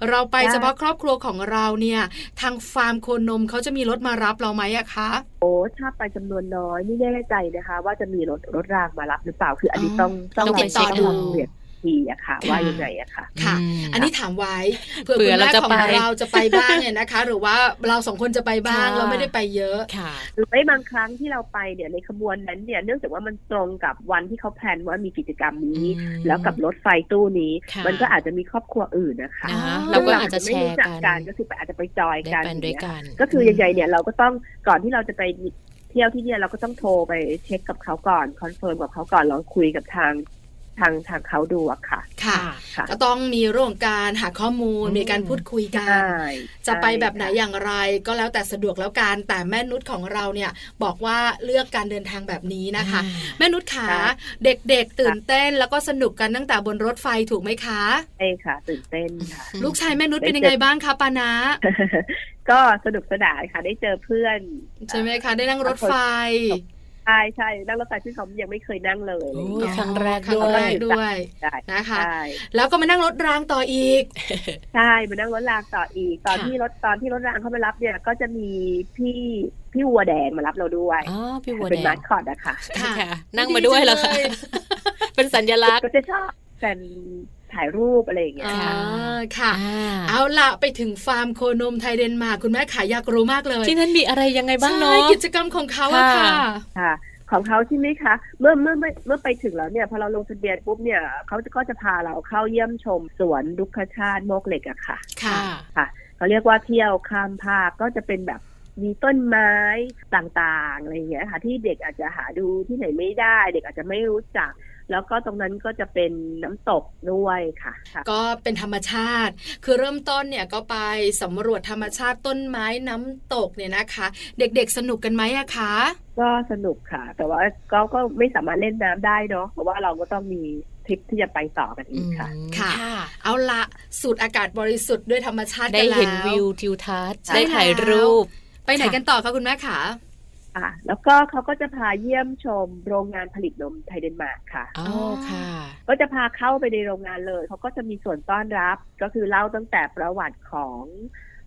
Speaker 2: เราไป
Speaker 5: ได้
Speaker 2: เฉพาะครอบครัวของเราเนี่ย ทางฟาร์มโคนมเขาจะมีรถมารับเราไหมอะคะ
Speaker 5: โอ้ถ้าไปจำนวนน้อยไม่แน่ใจนะคะ ว่าจะมีรถรถรางมารับหรือเปล่าคืออันนี้ต้อง
Speaker 1: ต้
Speaker 5: ต้
Speaker 1: อ
Speaker 5: อง ง
Speaker 1: ไป
Speaker 5: ไป
Speaker 1: เช็
Speaker 5: เช็
Speaker 1: ค
Speaker 5: ค
Speaker 1: ดู
Speaker 5: ลองเรียบทีอะค่ะ ว่ายังไงอะค่ะ
Speaker 2: ค่ะ
Speaker 1: ม
Speaker 2: อันนี้ถามไว้เผื่อ
Speaker 1: เผื่
Speaker 2: คุณ
Speaker 1: อ
Speaker 2: แม่
Speaker 1: เราจะ
Speaker 2: ของ
Speaker 1: ไป
Speaker 2: เราจะไปบ้างเนี่ยนะคะ หรือว่าเราสองคนจะไปบ้าง
Speaker 1: ค่ะ
Speaker 2: เราไม่ได้ไปเยอะ
Speaker 1: ค่ะ
Speaker 5: หรือไม่บางครั้งที่เราไปเนี่ยในขบวนนั้นเนี่ยเนื่องจากว่ามันตรงกับวันที่เขาแพลนว่ามีกิจกรรมนี้
Speaker 1: อืม
Speaker 5: แล้วกับรถไฟตู้นี้
Speaker 1: ค่ะ
Speaker 5: มันก็อาจจะมีครอบครัวอื่นนะคะ
Speaker 1: นะคะ
Speaker 2: อ๋อ
Speaker 1: เราก็อาจจะแช
Speaker 5: ซึ่ง
Speaker 1: ร์
Speaker 5: เาอาจจะไม่รู้จัก
Speaker 1: กัน
Speaker 5: กันก็คือไปอาจจะไปจอย
Speaker 1: ได้
Speaker 5: กัน
Speaker 1: ไปด้วย
Speaker 5: อย่างเงี้ย
Speaker 1: กัน
Speaker 5: ก็คือยังไงเนี่ยเราก็ต้องก่อนที่เราจะไปเที่ยวที่เนี่ยเราก็ต้องโทรไปเช็คกับเขาก่อนคอนเฟิร์มกับเขาก่อนลองคุยกับทางทางทางเขาดูอะค่ะ
Speaker 2: ค่ะ
Speaker 5: ค่ะ
Speaker 2: ก็ต้องมีเรื่องการหาข้อมูล
Speaker 1: อืม
Speaker 2: มีการพูดคุยกัน
Speaker 5: ใช่
Speaker 2: จะไปแบบไหนอย่างไรก็แล้วแต่สะดวกแล้วกันแต่แม่นุชของเราเนี่ยบอกว่าเลือกการเดินทางแบบนี้นะคะ แม่นุชขา
Speaker 5: ค่ะ
Speaker 2: เด็กๆ ตื่นเต้นแล้วก็สนุกกันตั้งแต่บนรถไฟถูกไหมคะ
Speaker 5: ใช่ค่ะ ตื่นเต้นค่ะ
Speaker 2: ลูกชายแม่นุชเป็นยังไงบ้างคะปานะ
Speaker 5: ก็สนุกสนานค่ะได้เจอเพื่อน
Speaker 2: ใช่ไหมคะ ได้นั่งรถไฟ
Speaker 5: ใช่ใช่นั่งรถไฟที่เขายังไม่เคยนั่งเลยอะไรอย่าง
Speaker 1: โอ้
Speaker 5: เงี้ย
Speaker 1: ยครั้งแรก
Speaker 2: ครั้ง
Speaker 1: ด้ว
Speaker 2: แร
Speaker 1: ย
Speaker 2: กด้วย
Speaker 5: ได้
Speaker 2: นะคะ
Speaker 5: ใช่
Speaker 2: แล้วก็มานั่งรถรางต่ออีก
Speaker 5: ใช่มานั่งรถรางต่ออีก ตอน
Speaker 1: ค่ะ
Speaker 5: ที่รถตอนที่รถรางเขามารับเนี่ย ก็จะมีพี่พี่วัวแดงมารับเราด้วย
Speaker 1: อ๋อพี่วัว
Speaker 5: เป็น
Speaker 1: แด
Speaker 5: มาง สคอตอะค่ะ
Speaker 1: ค่ะ
Speaker 2: ค่ะ
Speaker 1: นั่งมาด้วยเหรอคะ
Speaker 2: ดีจังเลย
Speaker 1: เป็นสัญลักษณ์
Speaker 5: ก็จะชอบแฟนถ่ายรูปอะไรอย่างเงี้ย
Speaker 2: อ่า
Speaker 1: ค่ะ
Speaker 2: ค่ะ
Speaker 1: อ่า
Speaker 2: เอาละไปถึงฟาร์มโคนมไทยเดนมาร์กคุณแม่ขายอยากรู้มากเลย
Speaker 1: ที่นั่นมีอะไรยังไงบ้างเนาะ
Speaker 2: ใช่กิจกรรมของเขาอะค่ะ
Speaker 1: ค่ะ
Speaker 5: ค่ะ ของเขาใช่ไหมคะ เมื่อเมื่อเมื่อเมื่อไปถึงแล้วเนี่ยพอเราลงทะเบียนปุ๊บเนี่ยเขาก็จะพาเราเข้าเยี่ยมชมสวนดุกขชาติโมกเหล็กอะค่ะ
Speaker 2: ค่ะ
Speaker 5: เขาเรียกว่าเที่ยวข้ามภาคก็จะเป็นแบบมีต้นไม้ต่างๆอะไรอย่างเงี้ยค่ะที่เด็กอาจจะหาดูที่ไหนไม่ได้ เด็กอาจจะไม่รู้จัก แล้วก็ตรงนั้นก็จะเป็นน้ำตกด้วยค่ะค่ะ
Speaker 2: ก็เป็นธรรมชาติ คือเริ่มต้นเนี่ยก็ไปสำรวจธรรมชาติต้นไม้น้ำตกเนี่ยนะคะ เด็กๆสนุกกันไหมอะคะ
Speaker 5: ก็สนุกค่ะ แต่ว่าก็ก็ไม่สามารถเล่นน้ำได้เนาะเพราะว่าเราก็ต้องมีทริปที่จะไปต่อกันอีกค่ะ
Speaker 1: อืม
Speaker 2: ค่ะ เอาละสูดอากาศบริสุทธิ์ด้วยธรรมชาติกั
Speaker 1: ได้
Speaker 2: นแล้ว
Speaker 1: เห็นวิวทิวทัศน์
Speaker 2: ใช่
Speaker 1: ได้ถ่าย
Speaker 2: แล้ว
Speaker 1: รูป
Speaker 2: ไปไหนกันต่อคะคุณแม่ขา
Speaker 5: ค่ะ แล้วก็เขาก็จะพาเยี่ยมชมโรงงานผลิตนมไทยเดนมาร์กค่ะ
Speaker 1: อ๋อค่ะ
Speaker 5: ก็จะพาเข้าไปในโรงงานเลย เขาก็จะมีส่วนต้อนรับ ก็คือเล่าตั้งแต่ประวัติของ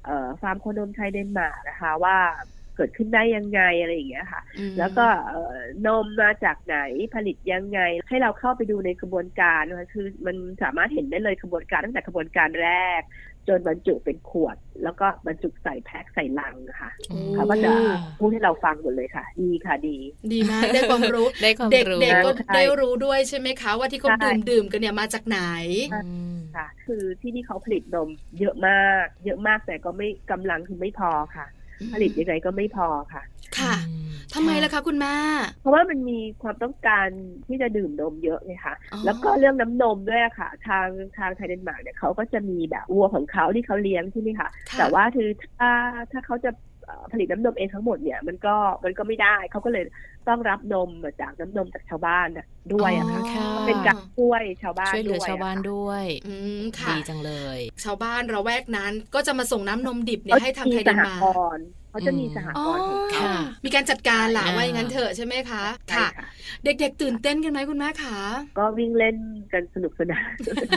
Speaker 5: เอ่อฟาร์มโคนมไทยเดนมาร์กนะคะ ว่าเกิดขึ้นได้ยังไงอะไรอย่างเงี้ยค่ะ
Speaker 2: อืม
Speaker 5: แล้วก็เอ่อนมมาจากไหนผลิตยังไง ให้เราเข้าไปดูในกระบวนการนะคะคือมันสามารถเห็นได้เลยกระบวนการตั้งแต่กระบวนการแรก จนบรรจุเป็นขวด แล้วก็บรรจุใส่แพ็คใส่ลังค่ะ
Speaker 1: อืม
Speaker 5: เขาก็จะพูดให้เราฟังหมดเลยค่ะ ดีค่ะดี
Speaker 2: ดีมากได้ความ รู้
Speaker 1: ได้ความ
Speaker 2: เด็ก
Speaker 1: รู้
Speaker 2: ๆก็
Speaker 5: ใช่
Speaker 2: ได้รู้ด้วยใช่ไหมคะ ว่าที่เขา
Speaker 5: ใช่
Speaker 2: ดื่มดื่มๆกันเนี่ยมาจากไหน
Speaker 1: อืม
Speaker 5: ค่ะคือที่นี่เขาผลิตนมเยอะมาก เยอะมากแต่ก็ไม่กำลังคือไม่พอค่ะ ผลิตยังไงก็ไม่พอค่ะ
Speaker 2: ค่ะทำไมล่ะคะคุณแม่
Speaker 5: เพราะว่ามันมีความต้องการที่จะดื่มนมเยอะไงคะ
Speaker 2: อ๋อ
Speaker 5: แล้วก็เรื่องน้ำนมด้วยค่ะ ทางทางไทยเดนมาร์กเนี่ยเขาก็จะมีแบบวัวของเขาที่เขาเลี้ยงใช่ไหมคะ
Speaker 2: ค่ะ
Speaker 5: แต่ว่าคือถ้าถ้าเขาจะเอ่อผลิตน้ำนมเองทั้งหมดเนี่ยมันก็มันก็ไม่ได้เขาก็เลยต้องรับนมมาจากน้ำนมจากชาวบ้านน่ะด้วยอะค่ะ
Speaker 1: อ๋อ
Speaker 5: เป็นการช่วยชาวบ้าน
Speaker 1: ช่วยเหลือ
Speaker 5: ด้
Speaker 1: ชาวบ้าน
Speaker 5: อะค่ะ
Speaker 1: ด้วย
Speaker 2: อืมค่ะ
Speaker 1: ดีจังเลย
Speaker 2: ชาวบ้านระแวกนั้นก็จะมาส่งน้ำนมดิบเนี่ย
Speaker 5: เขา
Speaker 2: ให้ทาง
Speaker 5: มี
Speaker 2: ไทย
Speaker 5: ส
Speaker 2: เดน
Speaker 5: ห
Speaker 2: มาร์
Speaker 5: ก
Speaker 2: ก
Speaker 5: รณ์ เขาจะมีสหกรณ์ของเขา
Speaker 1: ค่ะ
Speaker 2: มีการจัดการล่ะ
Speaker 1: อ่า
Speaker 2: ว่าอย่างนั้นเถอะใช่ไหมคะ
Speaker 5: ใช่
Speaker 2: ค่ะ
Speaker 5: ค่ะ
Speaker 2: เด็กๆ ตื่นเต้นกันไหมคุณแม่คะ
Speaker 5: ก็วิ่งเล่นกันสนุกสนาน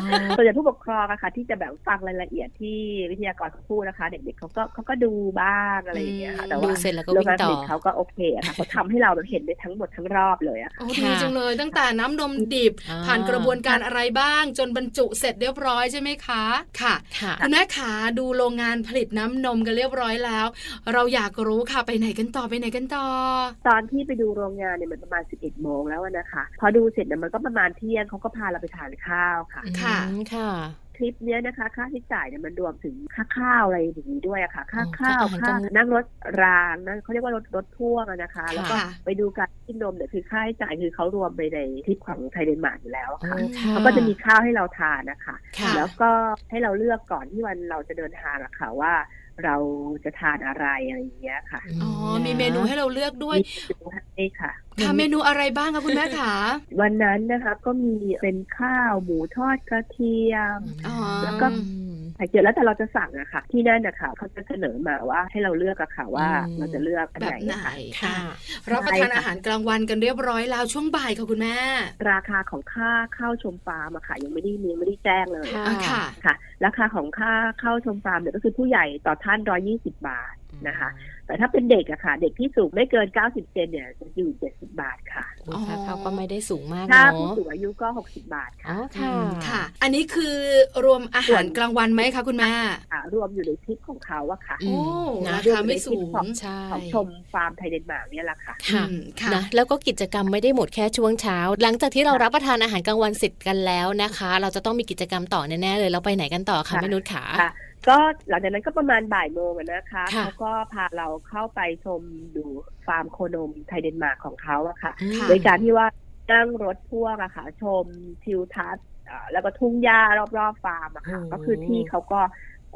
Speaker 4: อ๋อ
Speaker 5: ส่วนใหญ่ผู้ปกครองอะค่ะ ที่จะแบบฟังรายละเอียดที่วิทยากรเขาพูดนะคะ เด็กๆเขาก็เขาก็ดูบ้างอะไรอย่างเงี้ยค่ะแต่
Speaker 1: ดู
Speaker 5: ว่า
Speaker 1: เสร็จแล้วก็
Speaker 5: โล
Speaker 1: วิ่ง
Speaker 5: กา
Speaker 1: ต่อ
Speaker 5: ฟิกเขาก็โอเคอะค่ะเขาทำให้เราแบบเห็นได้ทั้งหมดทั้งรอบเลยอะ
Speaker 2: โอ้
Speaker 1: ค่ะ
Speaker 2: ดีจังเลย ตั้งแต่น้ำนมดิบ
Speaker 1: อ่า
Speaker 2: ผ่านกระบวนการอะไรบ้าง จนบรรจุเสร็จเรียบร้อยใช่ไหมคะ ค่ะ
Speaker 1: ค่ะ
Speaker 2: คุณแม่ขาดูโรงงานผลิตน้ำนมกันเรียบร้อยแล้ว เราอยากรู้ค่ะไปไหนกันต่อไปไหนกันต่อ
Speaker 5: ตอนที่ไปดูโรงงานเนี่ยมันประมาณ 11 โมงแล้วอะนะคะ พอดูเสร็จเนี่ยมันก็ประมาณเที่ยงเขาก็พาเราไปทานข้าวค่ะ
Speaker 1: อืม
Speaker 2: ค่ะ
Speaker 1: ค่ะ
Speaker 5: ทริปเนี้ยนะคะ ค่าใช้จ่ายเนี่ยมันรวมถึงค่าข้าวอะไรอย่างนี้ด้วยอะค่ะ ค่า
Speaker 1: อ๋อ
Speaker 5: ข้าว
Speaker 1: ค่าอาหารก
Speaker 5: ค่า
Speaker 1: ลาง
Speaker 5: นั่งรถรางนั่นเขาเรียกว่ารถรถพ่วงอะนะคะ
Speaker 1: ค่ะ
Speaker 5: แล้วก็ไปดูการกินนมเนี่ยคือค่าใช้จ่ายคือเขารวมไปในทริปของไทยเดนมาร์กอยู่แล้วอะ
Speaker 1: โอ้ค่ะ
Speaker 5: ค่ะเขาก็จะมีข้าวให้เราทานนะคะ
Speaker 1: ค่ะ
Speaker 5: แล้วก็ให้เราเลือกก่อนที่วันเราจะเดินทางอะค่ะว่า เราจะทานอะไรอะไรอย่างเงี้ยค่ะ
Speaker 2: อ๋อ มีเมนูให้เราเลือกด้วย
Speaker 5: ดูให้ค่ะ
Speaker 2: ค่ะเมนูอะไรบ้างคะคุณแม่ขา
Speaker 5: วันนั้นนะคะก็มีเป็นข้าวหมูทอดกระเทียม
Speaker 1: อ๋อ
Speaker 5: แล้วก็ ไข่เจียวแล้วแต่เราจะสั่งอะค่ะ ที่นั่นนะคะเขาจะเสนอมาว่าให้เราเลือกอะค่ะว่า
Speaker 1: อืม
Speaker 5: เราจะเลือกอัน
Speaker 2: แบ
Speaker 5: ไหน
Speaker 2: บไหน
Speaker 5: อะค่ะ
Speaker 1: ค่ะ
Speaker 2: รับประทาน
Speaker 5: ใช่ค่ะ
Speaker 2: อาหารกลางวันกันเรียบร้อยแล้วช่วงบ่ายค่ะคุณแม่
Speaker 5: ราคาของค่าข้าวชมฟาร์มอะค่ะยังไม่ได้มียังไม่ได้แจ้งเลย
Speaker 1: ค่ะ
Speaker 2: อ่ะค่ะ
Speaker 5: ค่ะ ราคาของค่าข้าวชมฟาร์มเนี่ยก็คือผู้ใหญ่ต่อท่าน 120 บาทนะคะ แต่ถ้าเป็นเด็กอะค่ะ เด็กที่สูงไม่เกิน 90 เซนเนี่ยจะอยู่ 70 บาทค่ะ
Speaker 1: โอ้ยค่ะเขาก็ไม่ได้สูงมาก
Speaker 5: ถ้า
Speaker 1: เนาะ
Speaker 5: ผู้สูงอายุก็ 60 บาท
Speaker 1: อ๋อ
Speaker 5: ค่ะ
Speaker 1: ค่ะ
Speaker 2: ค่ะ อันนี้คือรวมอาหารกลางวันไหมคะคุณแม่
Speaker 5: ค่ะ รวมอยู่ในทริปของเขาอะค่ะ
Speaker 1: อืม
Speaker 2: โอ้
Speaker 1: นะ
Speaker 2: ราคาไม่สูง
Speaker 1: ใช่
Speaker 5: ของชมฟาร์มไทยเดนมาร์กเนี่ยแหละค่ะ
Speaker 1: ค่ะ
Speaker 2: อืมค่ะ
Speaker 1: นะแล้วก็กิจกรรมไม่ได้หมดแค่ช่วงเช้า หลังจากที่เรารับประทานอาหารกลางวันเสร็จกันแล้วนะคะ เราจะต้องมีกิจกรรมต่อแน่ๆเลยเราไปไหนกันต่อคะ
Speaker 5: ค่ะ
Speaker 1: แม่นุชขา
Speaker 5: ค่ะ ก็หลังจากนั้นก็ประมาณบ่ายโมงอะนะคะ
Speaker 1: ค่ะ
Speaker 5: เขาก็พาเราเข้าไปชมดูฟาร์มโคนมไทยเดนมาร์กของเขาอะค่ะ
Speaker 1: อืม
Speaker 2: ค่ะ
Speaker 5: โดยการที่ว่านั่งรถพ่วงอะค่ะ ชมทิวทัศน์เอ่อแล้วก็ทุ่งหญ้ารอบๆฟาร์มอะค่ะ
Speaker 1: โอ้
Speaker 5: ก็คือที่เขาก็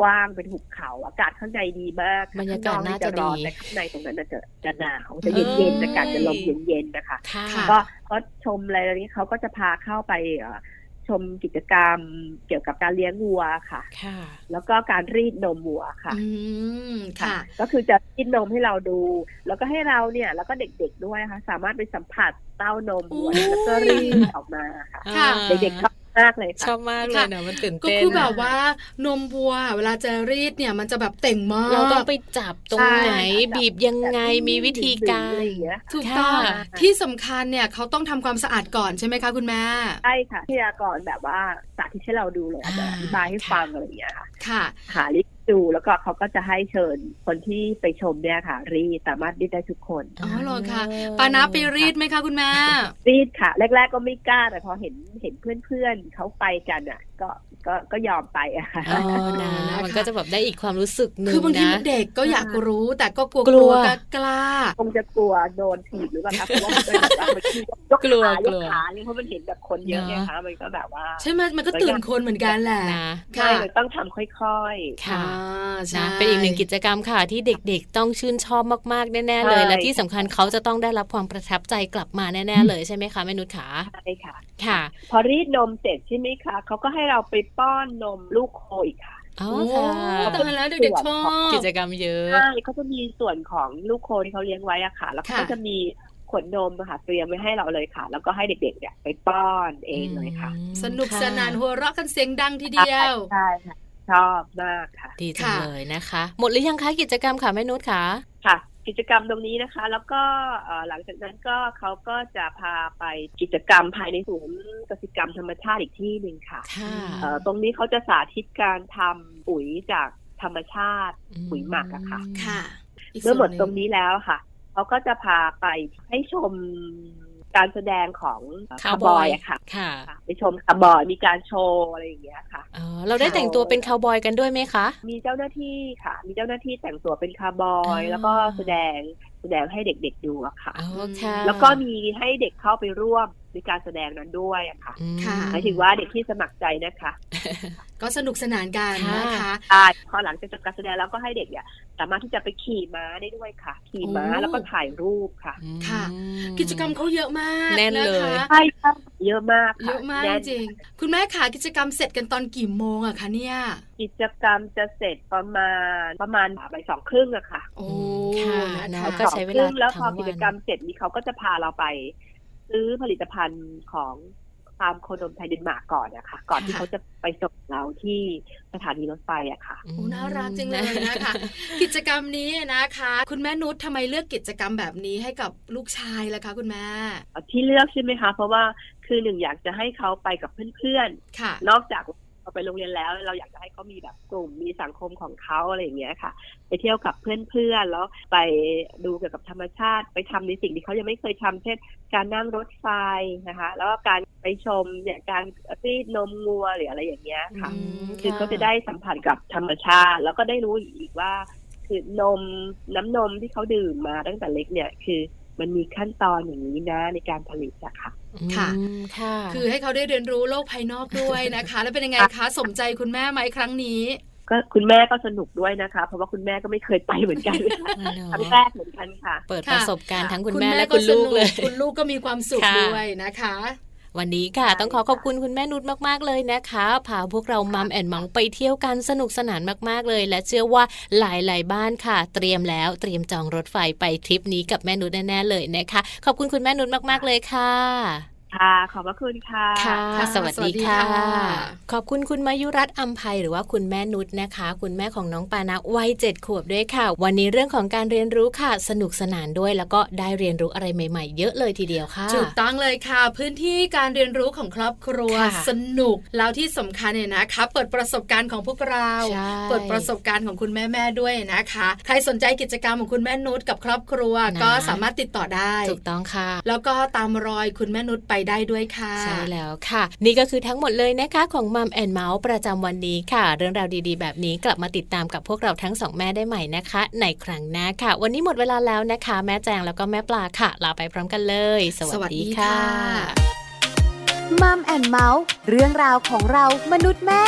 Speaker 5: กว้างเป็นหุบเขาอากาศข้างในดีมาก
Speaker 1: บรรยากาศ
Speaker 5: ข้งอ
Speaker 1: น่าจะ
Speaker 5: ร้อน
Speaker 1: ดี
Speaker 5: แต่ข้างในตรงนั้นน่ะจะจะหนาวจะเย็น
Speaker 1: เอ้
Speaker 5: ๆ
Speaker 1: ย
Speaker 5: อากาศจะลมเย็นๆนะคะ
Speaker 1: ค่ะ
Speaker 2: ค่ะ
Speaker 5: ก็ก็ชมอะไรแล้วนี้เขาก็จะพาเข้าไปเอ่อชมกิจกรรมเกี่ยวกับการเลี้ยงวัวค่ะ
Speaker 1: ค่ะ
Speaker 5: แล้วก็การรีดนมวัวค่ะ
Speaker 2: อืมค่ะ
Speaker 5: ก็คือจะรีดนมให้เราดู แล้วก็ให้เราเนี่ยแล้วก็เด็กๆด้วยนะคะสามารถไปสัมผัสเต้านมวัว
Speaker 2: อุ้ย
Speaker 5: แล้วก็รีดออกมาค่ะ
Speaker 2: ค่ะ
Speaker 5: เด็กๆชอบมากเลย
Speaker 1: ชอ
Speaker 5: ค่ะ
Speaker 1: บมากเลยนะมันตื่น
Speaker 2: ก็
Speaker 1: เต้น
Speaker 2: คือแบบว่านมวัว เวลาจะรีดเนี่ยมันจะแบบเต่งมาก
Speaker 1: เราต้องไปจับตรงไหน บีบยังไงมีวิธีการ
Speaker 5: อะไอย่งเงี้ย
Speaker 2: ถูกต้อง
Speaker 1: ค่ะ
Speaker 2: ที่สำคัญเนี่ยเขาต้องทำความสะอาดก่อนใช่ไหมคะคุณแม่
Speaker 5: ใช่ค่ะพยากรแบบว่าสาธิตให้เราดูเลย
Speaker 1: อ่า
Speaker 5: อธิบายให้ฟังอะไรอย่างเงี้ยค่ะ
Speaker 2: ค่ะ
Speaker 5: หารีดดูแล้วก็เขาก็จะให้เชิญคนที่ไปชมเนี่ยค่ะ รีดสามารถรีดได้ทุกคน
Speaker 2: อ๋อเหรอคะ ปานาไปรีดไหมคะคุณแม่
Speaker 5: รีดค่ะ แรก ๆ ก็ไม่กล้าแต่พอเห็นเห็นเพื่อนๆเขาไปกันอ่ะ ก็ก็ก็ยอมไปอ่ะ
Speaker 1: เออนะ
Speaker 2: นะคะ
Speaker 1: มันก็จะแบบได้อีกความรู้สึกหนึ่ง
Speaker 2: คือบางที
Speaker 1: นะ
Speaker 2: เด็กก็อยากรู้แต่ก็กลัว
Speaker 1: ก
Speaker 2: ก
Speaker 1: ลั
Speaker 2: ลั
Speaker 1: ว
Speaker 2: วกล้า
Speaker 5: คงจะกลัวโดนถีบหรือเปล่าคะเพราะว่ามันเป็นแบบว่ามันยก
Speaker 1: กลัว
Speaker 5: ขาย
Speaker 1: ก
Speaker 5: ก
Speaker 1: ลัว
Speaker 5: ขาเนี่ยเพราะมันเห็นแบบคนเยอะไงคะมันก็แบบว่า
Speaker 2: ใช่ไหมมันก็ตื่นคนเหมือนกันแหละ
Speaker 1: นะ
Speaker 5: ใช่มันต้องทำค่อย
Speaker 1: ค่ะ
Speaker 2: อ่าใช่
Speaker 1: นะเป็นอีกหนึ่งกิจกรรมค่ะที่เด็กๆ ต้องชื่นชอบมากๆ แน่ๆ เลย
Speaker 5: ใช่
Speaker 1: และที่สำคัญเขาจะต้องได้รับความประทับใจกลับมาแน่ๆ เลยใช่ไหมคะแม่นุชขา
Speaker 5: ๆใช่ค่ะ
Speaker 1: ค่ะ
Speaker 5: พอรีดนมเสร็จใช่ไหมคะเขาก็ให้เราไปป้อนนมลูกโคอีกค่ะ
Speaker 1: อ๋อ
Speaker 2: โอ้
Speaker 1: ค่ะ
Speaker 2: ตายแล้วเด็กๆชอบ
Speaker 1: กิจกรรมเยอะ
Speaker 5: ใช่เขาจะมีส่วนของลูกโคที่เขาเลี้ยงไว้อะค่ะ แล้วเขาก็
Speaker 2: ค่ะ
Speaker 5: จะมีขวดนมอะค่ะเตรียมไว้ให้เราเลยค่ะ แล้วก็ให้เด็กๆเนี่ยไปป้อนเองเลยค่ะ
Speaker 2: สนุกสนานหัวเราะกันเสียงดังทีเดียว
Speaker 5: ใช่ค่ะชอบมากค่ะ
Speaker 1: ดีจัง
Speaker 2: ค่ะ
Speaker 1: เลยนะคะ หมดหรือยังคะกิจกรรมค่ะแม่นุชค่ะ
Speaker 5: ค่ะ กิจกรรมตรงนี้นะคะ แล้วก็เอ่อหลังจากนั้นก็เขาก็จะพาไปกิจกรรมภายในศูนย์กสิกรรมธรรมชาติอีกที่หนึ่งค่ะ
Speaker 1: ค่ะ
Speaker 5: เอ่อตรงนี้เขาจะสาธิตการทำปุ๋ยจากธรรมชาติ ปุ๋ยหมักอะค่ะ
Speaker 2: ค่ะก
Speaker 5: เมื่อหมด
Speaker 2: ส่วน
Speaker 5: ตรงนี้แล้วค่ะเขาก็จะพาไปให้ชมการแสดงของ
Speaker 1: คาว
Speaker 5: ร์
Speaker 1: บอย
Speaker 5: ะค่ะ
Speaker 1: ค่ะ
Speaker 5: ไปชมคาร์บอยมีการโชว์อะไรอย่างเงี้ยค่ะ
Speaker 1: อ๋อเราได้แต่งตัวเป็นคาวบอยกันด้วยไหมคะ
Speaker 5: มีเจ้าหน้าที่ค่ะ มีเจ้าหน้าที่แต่งตัวเป็นคาร์บอย
Speaker 1: อ่า
Speaker 5: แล้วก็แสดงแสดงให้เด็กๆดูอะค่ะ
Speaker 1: อ๋อค่ะ
Speaker 5: แล้วก็มีให้เด็กเข้าไปร่วมในการแสดงนั้นด้วยอะค่ะ
Speaker 1: อืม
Speaker 2: ค่ะ
Speaker 5: หมายถึงว่าเด็กที่สมัครใจนะคะ
Speaker 2: ก็สนุกสนานกันนะคะ
Speaker 5: ได้พอหลังจากจบการแสดงแล้วก็ให้เด็กเนี่ยสามารถที่จะไปขี่ม้าได้ด้วยค่ะ ขี่ม้า
Speaker 2: โอ้
Speaker 5: แล้วก็ถ่ายรูปค่ะ
Speaker 2: ค่ะ
Speaker 1: อื
Speaker 2: กิจกรรมเขาเยอะมาก
Speaker 1: แน่นเลย
Speaker 2: ะคะ
Speaker 5: ใช่ค่ะเยอะมาก
Speaker 2: เย
Speaker 5: ค่ะ
Speaker 2: อะมาก
Speaker 5: แน่น
Speaker 2: จริงๆคุณแม่ขากิจกรรมเสร็จกันตอนกี่โมงอะคะเนี่ย
Speaker 5: กิจกรรมจะเสร็จประมาณประมาณบ่ายสองครึ่งอะค่ะ
Speaker 2: โอ้
Speaker 1: ค่ะ
Speaker 2: น
Speaker 1: นะ
Speaker 2: ค
Speaker 1: คะก็ ใช้เวลา
Speaker 5: สองครึ่งแล้วพอ
Speaker 1: ทั้งวัน
Speaker 5: กิจกรรมเสร็จนี่เขาก็จะพาเราไป ซื้อผลิตภัณฑ์ของฟาร์มโคนมไทยเดนมาร์กก่อนอะค่ะ ก่อนที่
Speaker 2: ค่ะ
Speaker 5: เขาจะไปส่งเราที่สถานีรถไฟอะค่ะ
Speaker 2: โอ้น่ารักจังเลยนะคะ กิจกรรมนี้นะคะ คุณแม่นุชทำไมเลือกกิจกรรมแบบนี้ให้กับลูกชายล่ะคะคุณแม่
Speaker 5: ที่เลือกใช่ไหมคะ เพราะว่าคือหนึ่งอยากจะให้เขาไปกับเพื่อนๆ
Speaker 2: ค่ะ
Speaker 5: นอกจากเราไปโรงเรียนแล้ว เราอยากจะให้เขามีแบบกลุ่มมีสังคมของเขาอะไรอย่างเงี้ยค่ะ ไปเที่ยวกับเพื่อนๆแล้วไปดูเกี่ยวกับธรรมชาติ ไปทำในสิ่งที่เขายังไม่เคยทำเช่นการนั่งรถไฟนะคะ แล้วก็การไปชมเนี่ยการรีดนมงัวหรืออะไรอย่างเงี้ยค่ะ
Speaker 1: อืม
Speaker 5: คือเขาจะได้สัมผัสกับธรรมชาติ แล้วก็ได้รู้อีกว่า คือนมน้ำนมที่เขาดื่มมาตั้งแต่เล็กเนี่ยคือมันมีขั้นตอนอย่างนี้นะในการผลิตอะค่ะ
Speaker 2: ค่ะ
Speaker 1: อืมค่ะ
Speaker 2: คือให้เขาได้เรียนรู้โลกภายนอกด้วยนะคะ แล้วเป็นยังไงคะสมใจคุณแม่ไหมครั้งนี้
Speaker 5: ก็คุณแม่ก็สนุกด้วยนะคะ เพราะว่าคุณแม่ก็ไม่เคยไปเหมือนกันเลยค่ะ
Speaker 1: อ๋อเนอะ
Speaker 5: ครั้งแรกเหมือนกันค่ะ
Speaker 1: เปิด
Speaker 2: ค่ะ
Speaker 1: ประสบการณ์ทั้งคุณแม่และคุณลูกเลย
Speaker 2: สนุคุณลูกก็มีความสุข
Speaker 1: ค่ะ
Speaker 2: ด้วยนะคะ
Speaker 1: วันนี้ค่ะ ต้องขอขอบคุณคุณแม่นุชมากๆเลยนะคะพาพวกเรามัมแอนมังไปเที่ยวกันสนุกสนานมากๆเลย และเชื่อว่าหลายๆบ้านค่ะ เตรียมแล้วเตรียมจองรถไฟไปทริปนี้กับแม่นุชแน่ๆเลยนะคะ ขอบคุณคุณแม่นุชมากๆเลยค่ะ
Speaker 5: ค่ะ ขอบพระคุณค่ะ
Speaker 1: ค่ะ
Speaker 2: ค่ะ
Speaker 1: สวัส
Speaker 2: สวั
Speaker 1: ดี
Speaker 2: สดี
Speaker 1: ค่ะ
Speaker 2: ค่ะ
Speaker 1: ขอบคุณคุณมายุรัตน์อัมภัยหรือว่าคุณแม่นุชนะคะ คุณแม่ของน้องปานะวัยเจ็ดขวบด้วยค่ะ วันนี้เรื่องของการเรียนรู้ค่ะ สนุกสนานด้วย แล้วก็ได้เรียนรู้อะไรใหม่ ๆ เยอะเลยทีเดียวค่ะ
Speaker 2: ถูกต้องเลยค่ะ พื้นที่การเรียนรู้ของครอบครัว
Speaker 1: ค่ะ
Speaker 2: สนุกแล้วที่สำคัญเนี่ยนะคะ เปิดประสบการณ์ของพวกเรา
Speaker 1: ใช่
Speaker 2: เปิดประสบการณ์ของคุณแม่แม่ๆด้วยนะคะ ใครสนใจกิจกรรมของคุณแม่นุชกับครอบครัว
Speaker 1: นะ
Speaker 2: ก็สามารถติดต่อได้
Speaker 1: ถูกต้องค่ะ
Speaker 2: แล้วก็ตามรอยคุณแม่นุชไปได้ด้วยค่ะ
Speaker 1: ใช่แล้วค่ะ นี่ก็คือทั้งหมดเลยนะคะของมัมแอนเมาส์ประจำวันนี้ค่ะ เรื่องราวดีๆ แบบนี้กลับมาติดตามกับพวกเราทั้งสองแม่ได้ใหม่นะคะ ในครั้งหน้าค่ะ วันนี้หมดเวลาแล้วนะคะ แม่แจงแล้วก็แม่ปลาค่ะ ลาไปพร้อมกันเลย สวัสดีค่ะ
Speaker 6: มัมแอนเมาส์เรื่องราวของเรามนุษย์แม่